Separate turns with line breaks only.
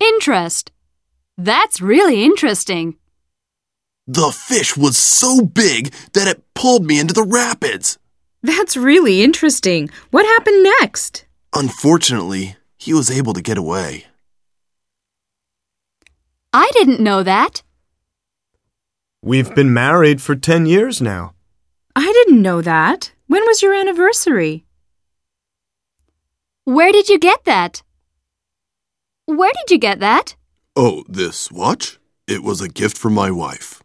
Pinterest. That's really interesting.
The fish was so big that it pulled me into the rapids.
That's really interesting. What happened next?
Unfortunately, he was able to get away.
I didn't know that.
We've been married for 10 years now.
I didn't know that. When was your anniversary?
Where did you get that? Where did you get that?
Oh, this watch? It was a gift from my wife.